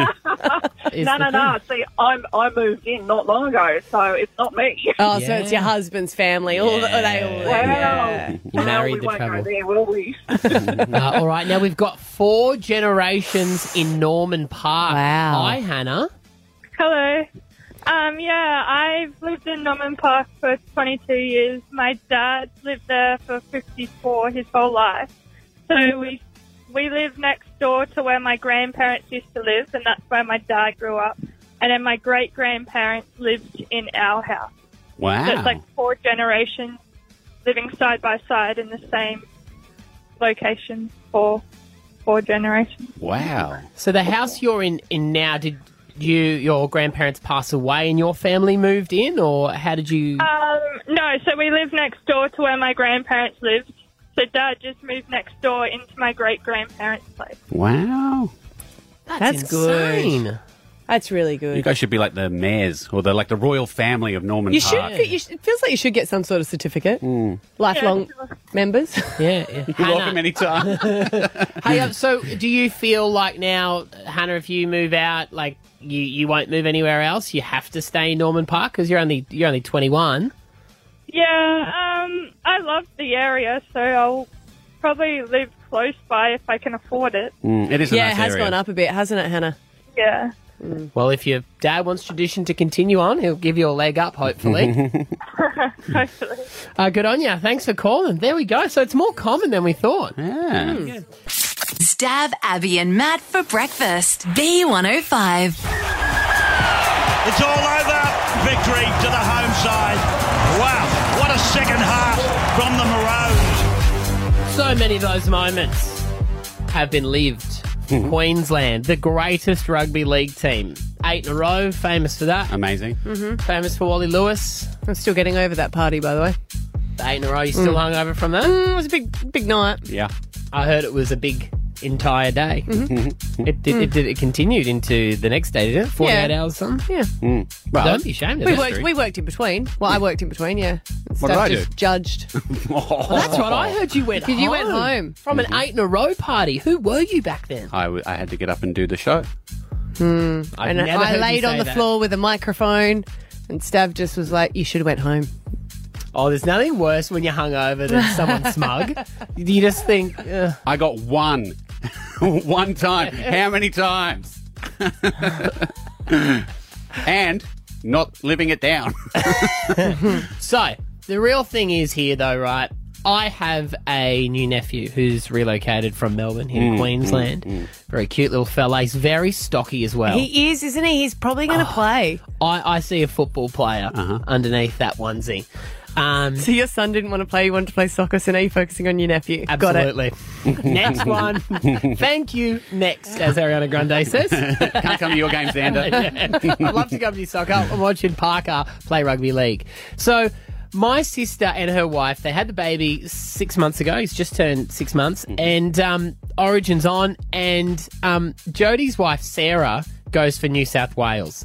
is
no, no,
the
no. See, I'm I moved in not long ago, so it's not me.
Oh, so it's your husband's family. All the, are they all
Wow.
You married
we
the
won't
trouble.
go there, will we?
Uh, all right, now we've got four generations in Norman Park.
Wow.
Hi, Hannah.
Hello. Um, yeah, I've lived in Norman Park for 22 years. My dad lived there for 54 his whole life. So we we live next door to where my grandparents used to live, and that's where my dad grew up. And then my great grandparents lived in our house. So
Wow.
it's like four generations living side by side in the same location for four generations.
Wow.
So the house you're in, in now, did you your grandparents pass away and your family moved in, or how did you?
Um, no, so we live next door to where my grandparents lived. So dad just moved next door into my great grandparents' place.
Wow.
That's,
good.
That's really good.
You guys should be like the mayors or the like the royal family of Norman
You should.
Park.
get- You should it feels like you should get some sort of certificate.
Mm.
Lifelong members.
Yeah,
You're welcome anytime.
hey, um, so do you feel like now, Hannah, if you move out, like you, you won't move anywhere else? You have to stay in Norman Park because you're only you're only 21.
Yeah, um, I love the area, so I'll probably live close by if I can afford it.
Mm, it is a
Yeah,
nice
it has
area.
gone up a bit, hasn't it, Hannah?
Yeah.
Mm. Well, if your dad wants tradition to continue on, he'll give you a leg up, hopefully. uh, good on you. Thanks for calling. There we go. So it's more common than we thought. Hmm.
Yeah.
Stab Abby and Matt for breakfast. B105.
It's all over. Victory to the home side. Wow, what a second half from the Maroons.
So many of those moments have been lived.
Hmm.
Queensland, the greatest rugby league team. Eight in a row, famous for that.
Amazing.
Mm-hmm. Famous for Wally Lewis.
I'm still getting over that party, by the way.
Eight in a row, you still
Mm.
Hmm.
hung over from that?
Mm, it was a big, big night.
Yeah.
I heard it was a big entire day.
Mm-hmm.
Mhm.
It, did, it, did, it continued into the next day, did it? 48
Yeah.
hours or something?
Yeah.
Mm. Well,
Don't be ashamed of
We
that.
worked, we worked in between. Well, I worked in between, yeah. And
What did
Steph
I
just
do? Oh,
judged.
That's right. I heard you went home.
Because you went home. Mm-hmm.
From an eight in a row party. Who were you back then?
I, w- I had to get up and do the show.
Hmm.
I've
And
never
I
heard you
laid on
say
the
that.
floor with a microphone, and Stav just was like, "You should have went home."
Oh, there's nothing worse when you're hungover than someone smug. You just think. uh, Ugh.
I got one. one time. How many times? and not living it down.
So, the real thing is here, though, right? I have a new nephew who's relocated from Melbourne here
Mm,
to Queensland. Very cute little fella. He's very stocky as well. Oh.
He is, isn't he? He's probably going to play.
I, I see a football player
Uh-huh.
underneath that onesie. Um,
So your son didn't want to play. You wanted to play soccer. So now you're focusing on your nephew.
absolutely.
Got it.
Next one. Thank you. Next, as Ariana Grande says.
Can't come to your games, Xander.
I'd love to come to your soccer. I'm watching Parker play rugby league. So my sister and her wife, they had the baby six months ago. He's just turned six months, and um, Origin's on. And um, Jodie's wife Sarah goes for New South Wales.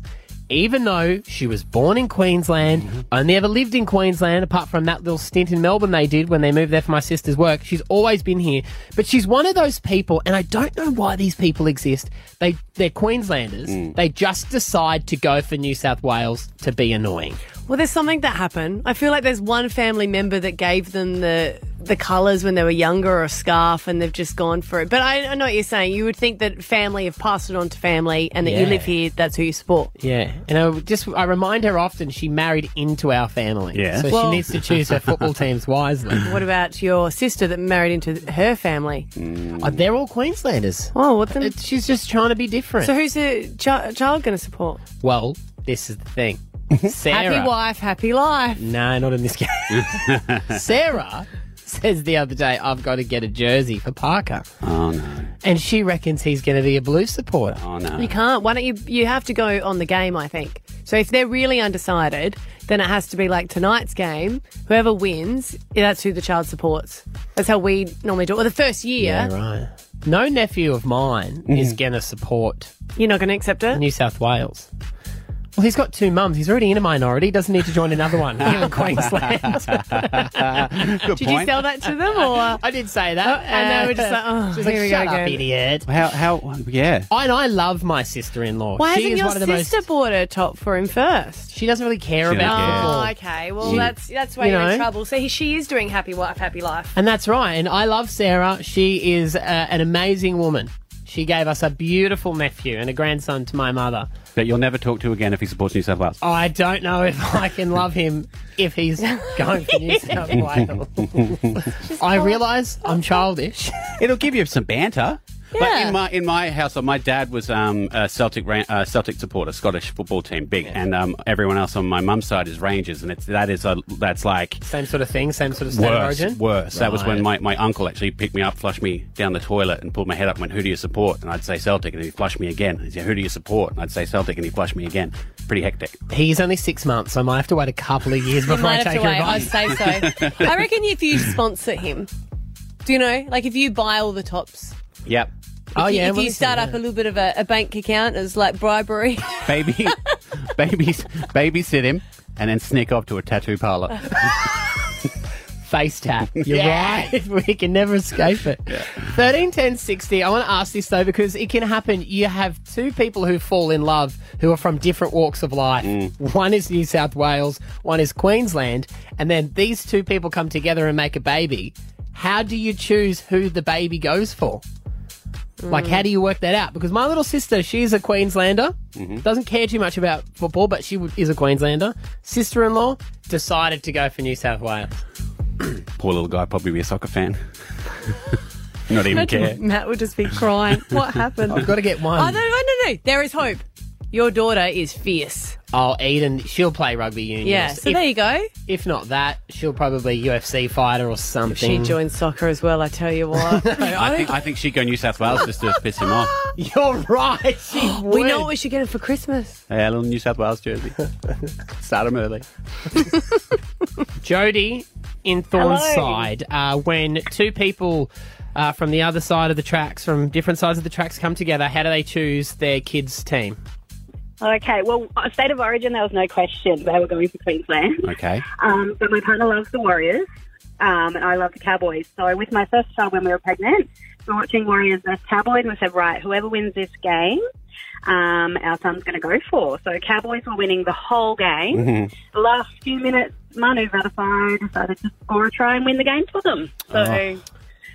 even though she was born in Queensland,
Mm-hmm.
only ever lived in Queensland, apart from that little stint in Melbourne they did when they moved there for my sister's work, she's always been here. But she's one of those people, and I don't know why these people exist. They they're Queenslanders.
Mm.
They just decide to go for New South Wales to be annoying.
Well, there's something that happened. I feel like there's one family member that gave them the the colours when they were younger or a scarf, and they've just gone for it. But I, I know what you're saying. You would think that family have passed it on to family, and that you
Yeah.
live here, that's who you support.
Yeah, and I would just I remind her often she married into our family.
Yeah.
so
Well-
she needs to choose her football teams wisely.
What about your sister that married into th- her family?
Oh, they're all Queenslanders.
Oh, what then?
She's just trying to be different.
So who's the ch- child going to support?
Well, this is the thing. Sarah.
Happy wife, happy life.
No, not in this game. Sarah says the other day, I've got to get a jersey for Parker.
Ah.
Oh, no.
And she reckons he's going to be a blue supporter.
Oh, no.
You can't. Why don't you? You have to go on the game. I think. So if they're really undecided, then it has to be like tonight's game. Whoever wins, that's who the child supports. That's how we normally do it. Or the first year,
Yeah, right. No nephew of mine
Mm-hmm.
is going to support
you're not going to accept it.
New South Wales. Well, he's got two mums. He's already in a minority. Doesn't need to join another one here in Queensland.
Good
Did you
point.
sell that to them, or
I did say that,
and they were just like, "Oh,
She's
here
like,
we
shut
go
up,
again."
idiot.
How, how, yeah.
I, and I love my sister-in-law.
Why
Oh, she
hasn't
is
your
one of the most
sister bought her top for him first?
She doesn't really care
oh,
about football.
okay. Well,
She-
that's that's why
you
you are
know.
in trouble. So he, she is doing happy wife, happy life.
And that's right. And I love Sarah. She is uh, an amazing woman. She gave us a beautiful nephew and a grandson to my mother.
That you'll never talk to again if he supports New South Wales.
I don't know if I can love him if he's going for New South Wales. I realise I'm childish.
It'll give you some banter. But
Yeah.
in my in my household, my dad was um, a Celtic ran- uh, Celtic supporter, Scottish football team, big, and um, everyone else on my mum's side is Rangers, and it's that is a that's like
Same sort of thing, same sort of state
worse,
of origin.
worse. That was
Right.
when my, my uncle actually picked me up, flushed me down the toilet, and pulled my head up, and went, "Who do you support?" And I'd say Celtic, and he'd flush me again. He'd say, "Who do you support?" And I'd say Celtic, and he'd flush me again. Pretty hectic.
He's only six months, so I might have to wait a couple of years
You
before I
might
take
have to
her
wait. I'd
advice.
say so. I reckon if you sponsor him, do you know, like if you buy all the tops,
Yep.
Oh
if you-
yeah,
if
well,
you
listen,
start up a little bit of a, a bank account as like bribery.
baby, babies, babysit him, and then sneak off to a tattoo parlor.
face tap. You're
Yeah.
right. We can never escape it. Thirteen, ten, sixty. I want to ask this though because it can happen. You have two people who fall in love who are from different walks of life.
Mm.
One is New South Wales, one is Queensland, and then these two people come together and make a baby. How do you choose who the baby goes for? Like, how do you work that out? Because my little sister, she's a Queenslander,
Mm-hmm.
doesn't care too much about football, but she w- is a Queenslander. Sister in law decided to go for New South Wales.
Poor little guy, probably be a soccer fan. Not even care.
Matt would just be crying. What happened?
I've got to get one.
Oh, no, no, no, no. There is hope. Your daughter is fierce.
Oh, Eden, she'll play rugby union.
Yeah, so there you go.
If not that, she'll probably UFC fighter or something.
She joined soccer as well, I tell you what.
I think I think she'd go New South Wales just to piss him off.
You're right. She would.
we know what we should get her for Christmas.
Hey, a little New South Wales jersey. Start him early.
Jody in Thornside, uh, when two people uh, from the other side of the tracks, from different sides of the tracks, come together, how do they choose their kids' team?
Okay, well, uh, state of origin, there was no question. They were going for Queensland.
Okay.
Um, but my partner loves the Warriors, um, and I love the Cowboys. So with my first child, when we were pregnant, we were watching Warriors versus Cowboys, and we said, right, whoever wins this game, um, our son's going to go for. So Cowboys were winning the whole game. The last few minutes, Manu Vatafai decided to score a try and win the game for them. So
Oh.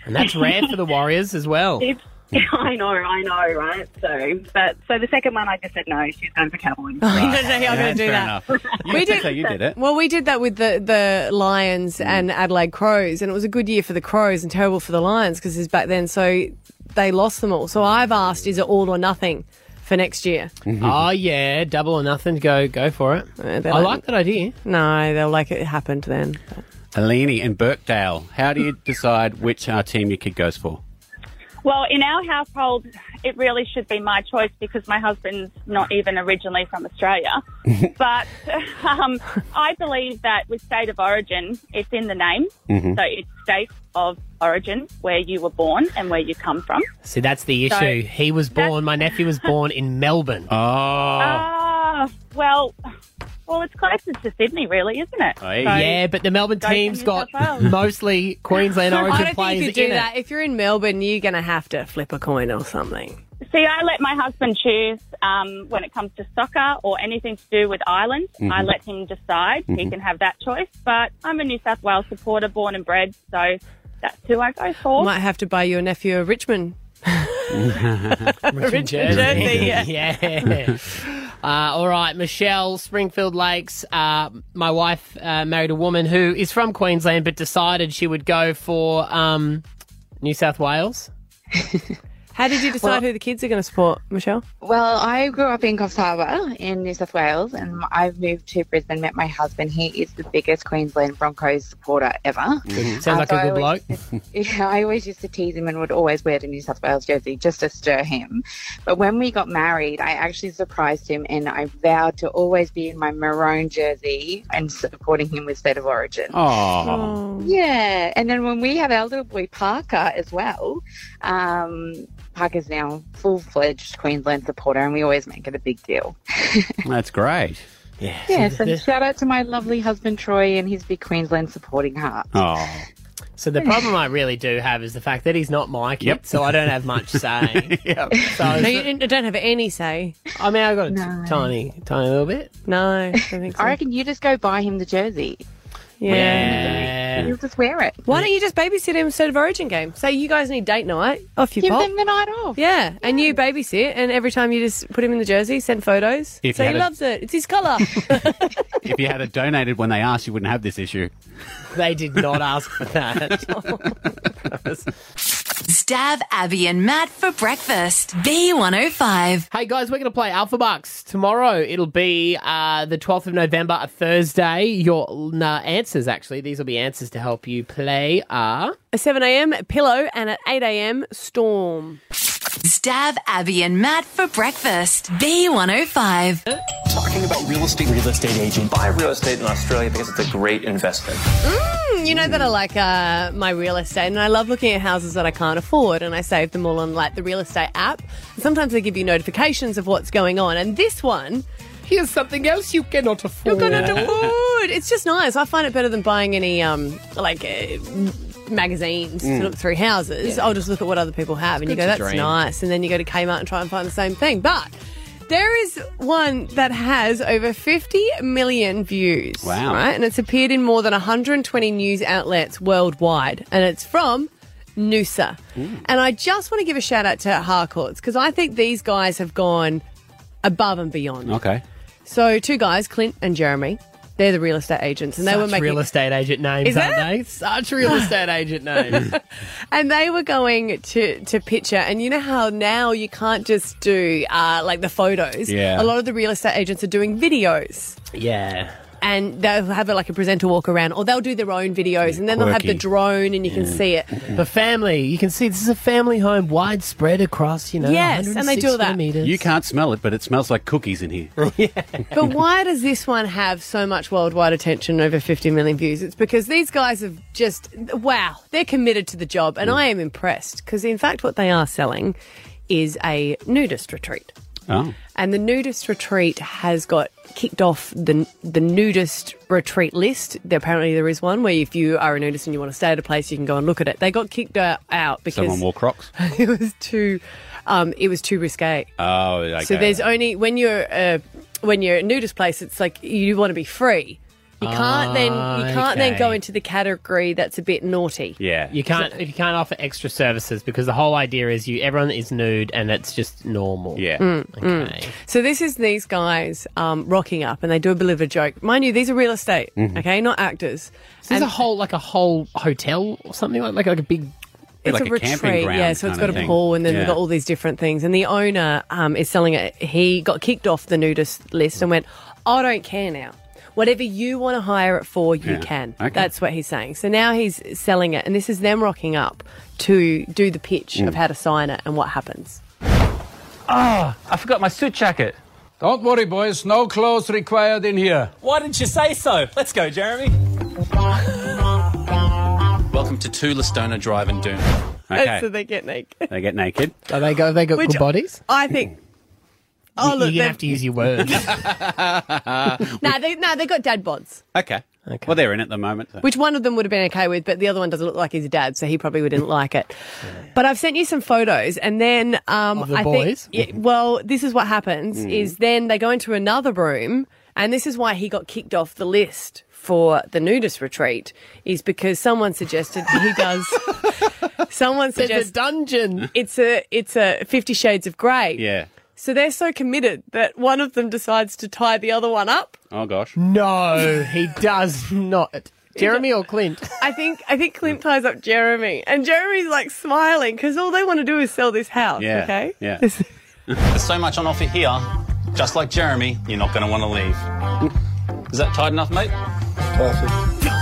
And that's rare for the Warriors as well.
it's, I know, I know, right? So, but so the second one, I just said no, she's going for Cowboys.
no, no, I'm going to do that.
You,
We
that's
did-
how you did it.
Well, we did that with the, the
Mm.
Lions and Adelaide Crows, and it was a good year for the Crows and terrible for the Lions because it's back then, so they lost them all. So I've asked, is it all or nothing for next year?
oh yeah, double or nothing. Go go for it.
they're
I
like-
like that idea.
No, they're like, it happened then.
Alini and Birkdale. How do you decide which uh, team your kid goes for?
Well, in our household, it really should be my choice because my husband's not even originally from Australia. but um, I believe that with state of origin, it's in the name.
Mhm.
So it's state of origin where you were born and where you come from.
See, that's the issue.
So-
he was born. My nephew was born in Melbourne.
Oh.
Ah, Oh, well, well, it's closest to Sydney, really, isn't it? So-
Oh, yeah, but the Melbourne
Go
team's
New
got
South Wales.
mostly Queensland
I don't
Origin
think
players
you could do
in
that.
it.
If you're in Melbourne, you're going to have to flip a coin or something.
See, I let my husband choose um, when it comes to soccer or anything to do with Ireland.
Mhm.
I let him decide. He
Mhm.
can have that choice. But I'm a New South Wales supporter, born and bred, so that's who I go for.
Might have to buy your nephew a Richmond.
Richmond
Jersey.
Jersey, yeah. Uh, all right, Michelle, Springfield Lakes. Uh, my wife uh, married a woman who is from Queensland but decided she would go for um, New South Wales.
How did you decide who the kids are going to support, Michelle?
Well, I grew up in Coffs Harbour in New South Wales, and I've moved to Brisbane. Met my husband. He is the biggest Queensland Broncos supporter ever.
Sounds
Uh,
like
so I
a good
always
bloke.
yeah, I always used to tease him and would always wear the New South Wales jersey just to stir him. But when we got married, I actually surprised him and I vowed to always be in my maroon jersey and supporting him with State of Origin.
Aw.
Yeah. And then when we have our little boy Parker as well, um, Parker's now full fledged Queensland supporter and we always make it a big deal.
That's great.
Yeah.
Yes, and shout out to my lovely husband Troy and his big Queensland supporting heart.
Oh.
So the problem I really do have is the fact that he's not my kid, so I don't have much say.
yep.
So
no, you didn't, don't have any say.
I mean, I got a tiny, tiny little bit.
No, I don't think so.
I reckon you just go buy him the jersey.
Yeah.
He'll just wear it.
Why don't you just babysit him instead of Origin game? Say you guys need date night. Off you
Give
pop.
them the night off.
Yeah, and you babysit, and every time you just put him in the jersey, send photos.
If
so
you
he
had a-
loves it. It's his colour.
If you had it donated when they asked, you wouldn't have this issue.
They did not ask for that.
Stab Abby and Matt for breakfast. B105.
Hey guys, we're going to play Alpha Bucks tomorrow. It'll be uh, the 12th of November, a Thursday. Your uh, answers, actually, these will be answers to help you play uh, are.
at 7 a.m. Pillow, and at 8 a.m. Storm.
Stab Abby and Matt for breakfast. B105.
Talking about real estate, real estate agent. Buy real estate in Australia because it's a great investment.
Mm, you know that I like uh, my real estate, and I love looking at houses that I can't afford, and I save them all on like the real estate app. Sometimes they give you notifications of what's going on, and this one.
Here's something else you cannot afford.
You cannot afford. It's just nice. I find it better than buying any um like uh, m- magazines
Mm.
to look through houses.
Yeah.
I'll just look at what other people have, and you
good
go,
to
"That's
dream."
nice," and then you go to Kmart and try and find the same thing, but. There is one that has over 50 million views.
Wow.
Right? And it's appeared in more than 120 news outlets worldwide. And it's from Noosa. And I just want to give a shout out to Harcourts because I think these guys have gone above and beyond.
Okay.
So two guys, Clint and Jeremy, they're the real estate agents, and they were
Such
making
real estate agent names,
Is
aren't
it?
they? Such real estate agent names.
and they were going to to picture, and you know how now you can't just do uh, like the photos.
Yeah.
A lot of the real estate agents are doing videos.
yeah.
And they'll have like a presenter walk around, or they'll do their own videos, and then they'll have the
Quirky.
drone, and you can
Yeah.
see it.
The family, you can see this is a family home widespread across, you know,
Yes, and they do
106
all that.
kilometres.
You can't smell it, but it smells like cookies in here.
but why does this one have so much worldwide attention, over 50 million views? It's because these guys have just, wow, they're committed to the job.
Mm.
And I am impressed because, in fact, what they are selling is a nudist retreat.
Oh.
And the nudist retreat has got kicked off the the nudist retreat list. There, apparently, there is one where if you are a nudist and you want to stay at a place, you can go and look at it. They got kicked uh, out because
Someone wore Crocs.
it was too um, it was too risque.
Oh, okay.
So there's only when you're uh, when you're at a nudist place, it's like you want to be free. You can't then you can't
Ah,
then go
Okay.
into the category that's a bit naughty.
Yeah.
You can't you can't offer extra services because the whole idea is you everyone is nude and that's just normal. Yeah.
Mm, mm.
Okay.
So this is these guys um, rocking up, and they do a bit of a joke. Mind you, these are real estate,
Mhm.
okay, not actors.
So there's a whole like a whole hotel or something like like, like a big
It's a, retreat, yeah. So it's got a pool, and then they've got all these different things. And the owner um, is selling it. He got kicked off the nudist list and went, "I don't care now. Whatever you want to hire it for, you
Yeah.
can."
Okay.
That's what he's saying. So now he's selling it, and this is them rocking up to do the pitch
Mm.
of how to sign it and what happens.
Ah, I forgot my suit jacket. Don't worry, boys. No clothes required in here.
Why didn't you say so? Let's go, Jeremy.
Welcome to Two Listona Drive in Doon.
Oh, So they get naked.
They get naked.
Are they go? They got
Which
good bodies.
I think Oh,
You're
look,
going to
they've-
have to use your words.
No, they, no, they got dad bods,
okay. okay. Well, they're in at the moment. so-
which one of them would have been okay with, but the other one doesn't look like his dad, so he probably wouldn't like it. But I've sent you some photos, and then um,
Of the
I
boys? Mm-hmm.
think, yeah, well, this is what happens:
Mm.
is then they go into another room, and this is why he got kicked off the list for the nudist retreat, is because someone suggested he does. someone
There's a
suggested dungeon. It's a it's a Fifty Shades of Grey.
Yeah.
So they're so committed that one of them decides to tie the other one up.
Oh gosh.
No, he does not. Jeremy or Clint?
I think I think Clint ties up Jeremy, and Jeremy's like smiling because all they want to do is sell this house.
Yeah,
Okay.
Yeah.
There's so much on offer here. Just like Jeremy, you're not going to want to leave. Is that tight enough, mate?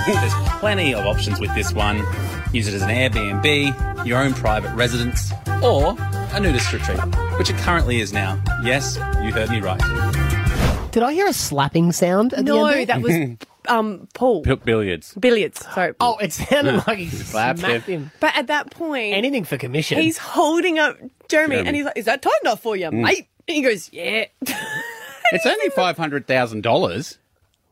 There's plenty of options with this one. Use it as an Airbnb, your own private residence, or a nudist retreat, which it currently is now. Yes, you heard me right.
Did I hear a slapping sound at
no,
the end?
that was um Paul
billiards.
billiards. Sorry.
Oh, it sounded like he
Slapped
slapped
him.
him.
But at that point,
Anything for commission.
he's holding up Jeremy,
Jeremy.
and he's like, "Is that tight enough for you,
Mm.
mate?" And he goes, "Yeah."
It's only five hundred thousand dollars.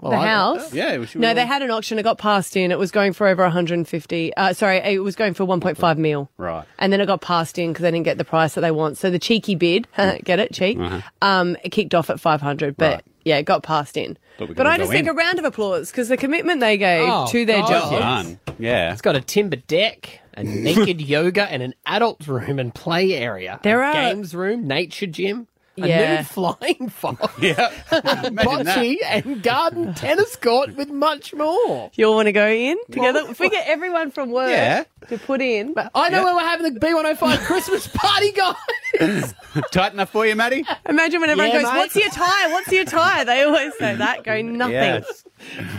the house.
Yeah. we should-
No, they had an auction. It got passed in. It was going for over 150. Uh, sorry, it was going for 1.5 mil.
Right.
And then it got passed in because they didn't get the price that they want. So the cheeky bid, get it, cheek,
Uh-huh.
um, it kicked off at 500, but yeah, it got passed in.
But we
But
gotta
I
go
just think a
in.
round of applause because the commitment they gave
Oh,
to their
God,
job.
Done. Yeah.
It's got a timber deck, a naked yoga, and an adult room and play area.
There
a
are-
games room, nature gym, a
Yeah.
nude flying fox,
yeah,
bocce, and garden tennis court with much more.
You all want to go in together? If we get everyone from work
Yeah.
to put in. But
I know where we're having the B105 Christmas party, guys.
Tight enough for you, Maddie?
Imagine when everyone
Yeah,
goes,
mate.
"What's your tie? What's your tie?" They always say that. Go nothing.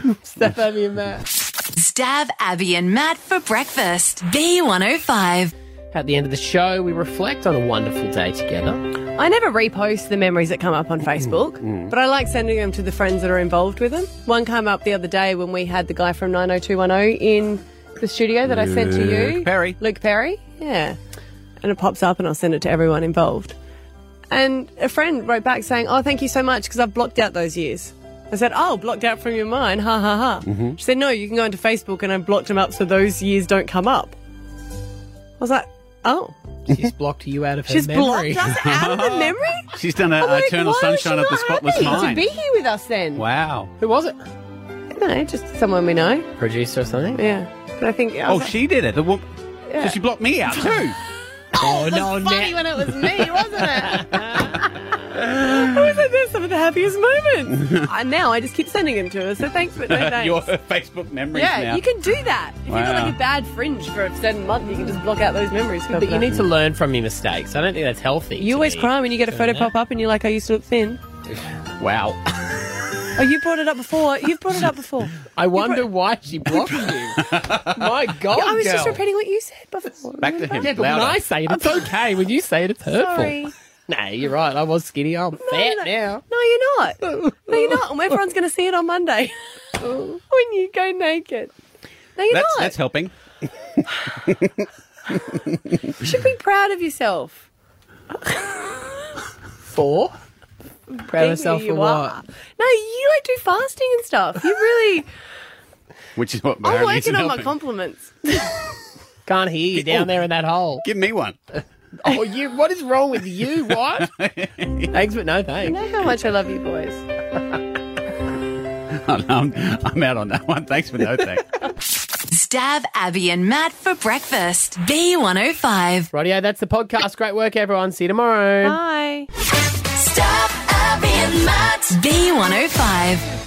Yes.
Steph, Abby, and Matt.
Stab Abby and Matt for breakfast. B105.
At the end of the show, we reflect on a wonderful day together.
I never repost the memories that come up on Facebook,
Mm.
but I like sending them to the friends that are involved with them. One came up the other day when we had the guy from 90210 in the studio that I sent to you.
Luke Perry.
Luke Perry? Yeah. And it pops up and I'll send it to everyone involved. And a friend wrote back saying, Oh, thank you so much because I've blocked out those years. I said, Oh, blocked out from your mind. Ha ha ha.
Mhm.
Mm-hmm.
She said, No, you can go into Facebook and I blocked them up so those years don't come up. I was like, Oh.
She's blocked you out of her
She's
memory.
blocked us out of
Oh.
the memory?
She's done a,
I'm like,
uh, Eternal
why was she
Sunshine of the
not
Spotless
happy
Mind.
To be here with us then.
Wow.
Who was it?
No, just someone we know.
Producer or something?
Yeah. But I think. I
Oh,
was like-
she did it. The wo-
Yeah.
So she blocked me out too.
oh
It was funny when it was me, wasn't it? I was like, "There's some of the happiest moments." I, now I just keep sending them to her. So thanks, but no thanks.
Your Facebook memories
yeah,
now.
you can do that. If you've got
Wow.
like a bad fringe for a certain month, you can just block out those memories.
But you need to learn from your mistakes. I don't think that's healthy.
You always cry when you get a photo pop up and you're like, "I used to look thin."
Wow.
Oh, you brought it up before. You've brought it up before.
I wonder why she blocked you. My God,
I was just
girl.
repeating what you said before.
Back to him. Yeah, but
Louder.
when I say it, it's okay. When you say it, it's hurtful.
Sorry.
Nah, you're right. I was skinny. I'm fat
no, no.
now.
No, you're not. No, you're not. And everyone's going to see it on Monday when you go naked. No, you're
that's,
not.
that's helping.
You should be proud of yourself.
Four. Proud
Being
of yourself
who
for
you
what?
are. No, you don't do fasting and stuff. You really.
Which is what
I'm
apparently isn't
working on my
helping.
compliments.
Can't hear you down there in that hole.
oh. Give me one.
Oh, you. What is wrong with you? What? thanks, but no
You
thanks.
know how much I love you, boys.
Oh, I'm, I'm out on that one. Thanks for no thanks.
Stab Abby and Matt for breakfast. B105.
Rightio, that's the podcast. Great work, everyone. See you tomorrow.
Bye.
Stab Abby and Matt. B105.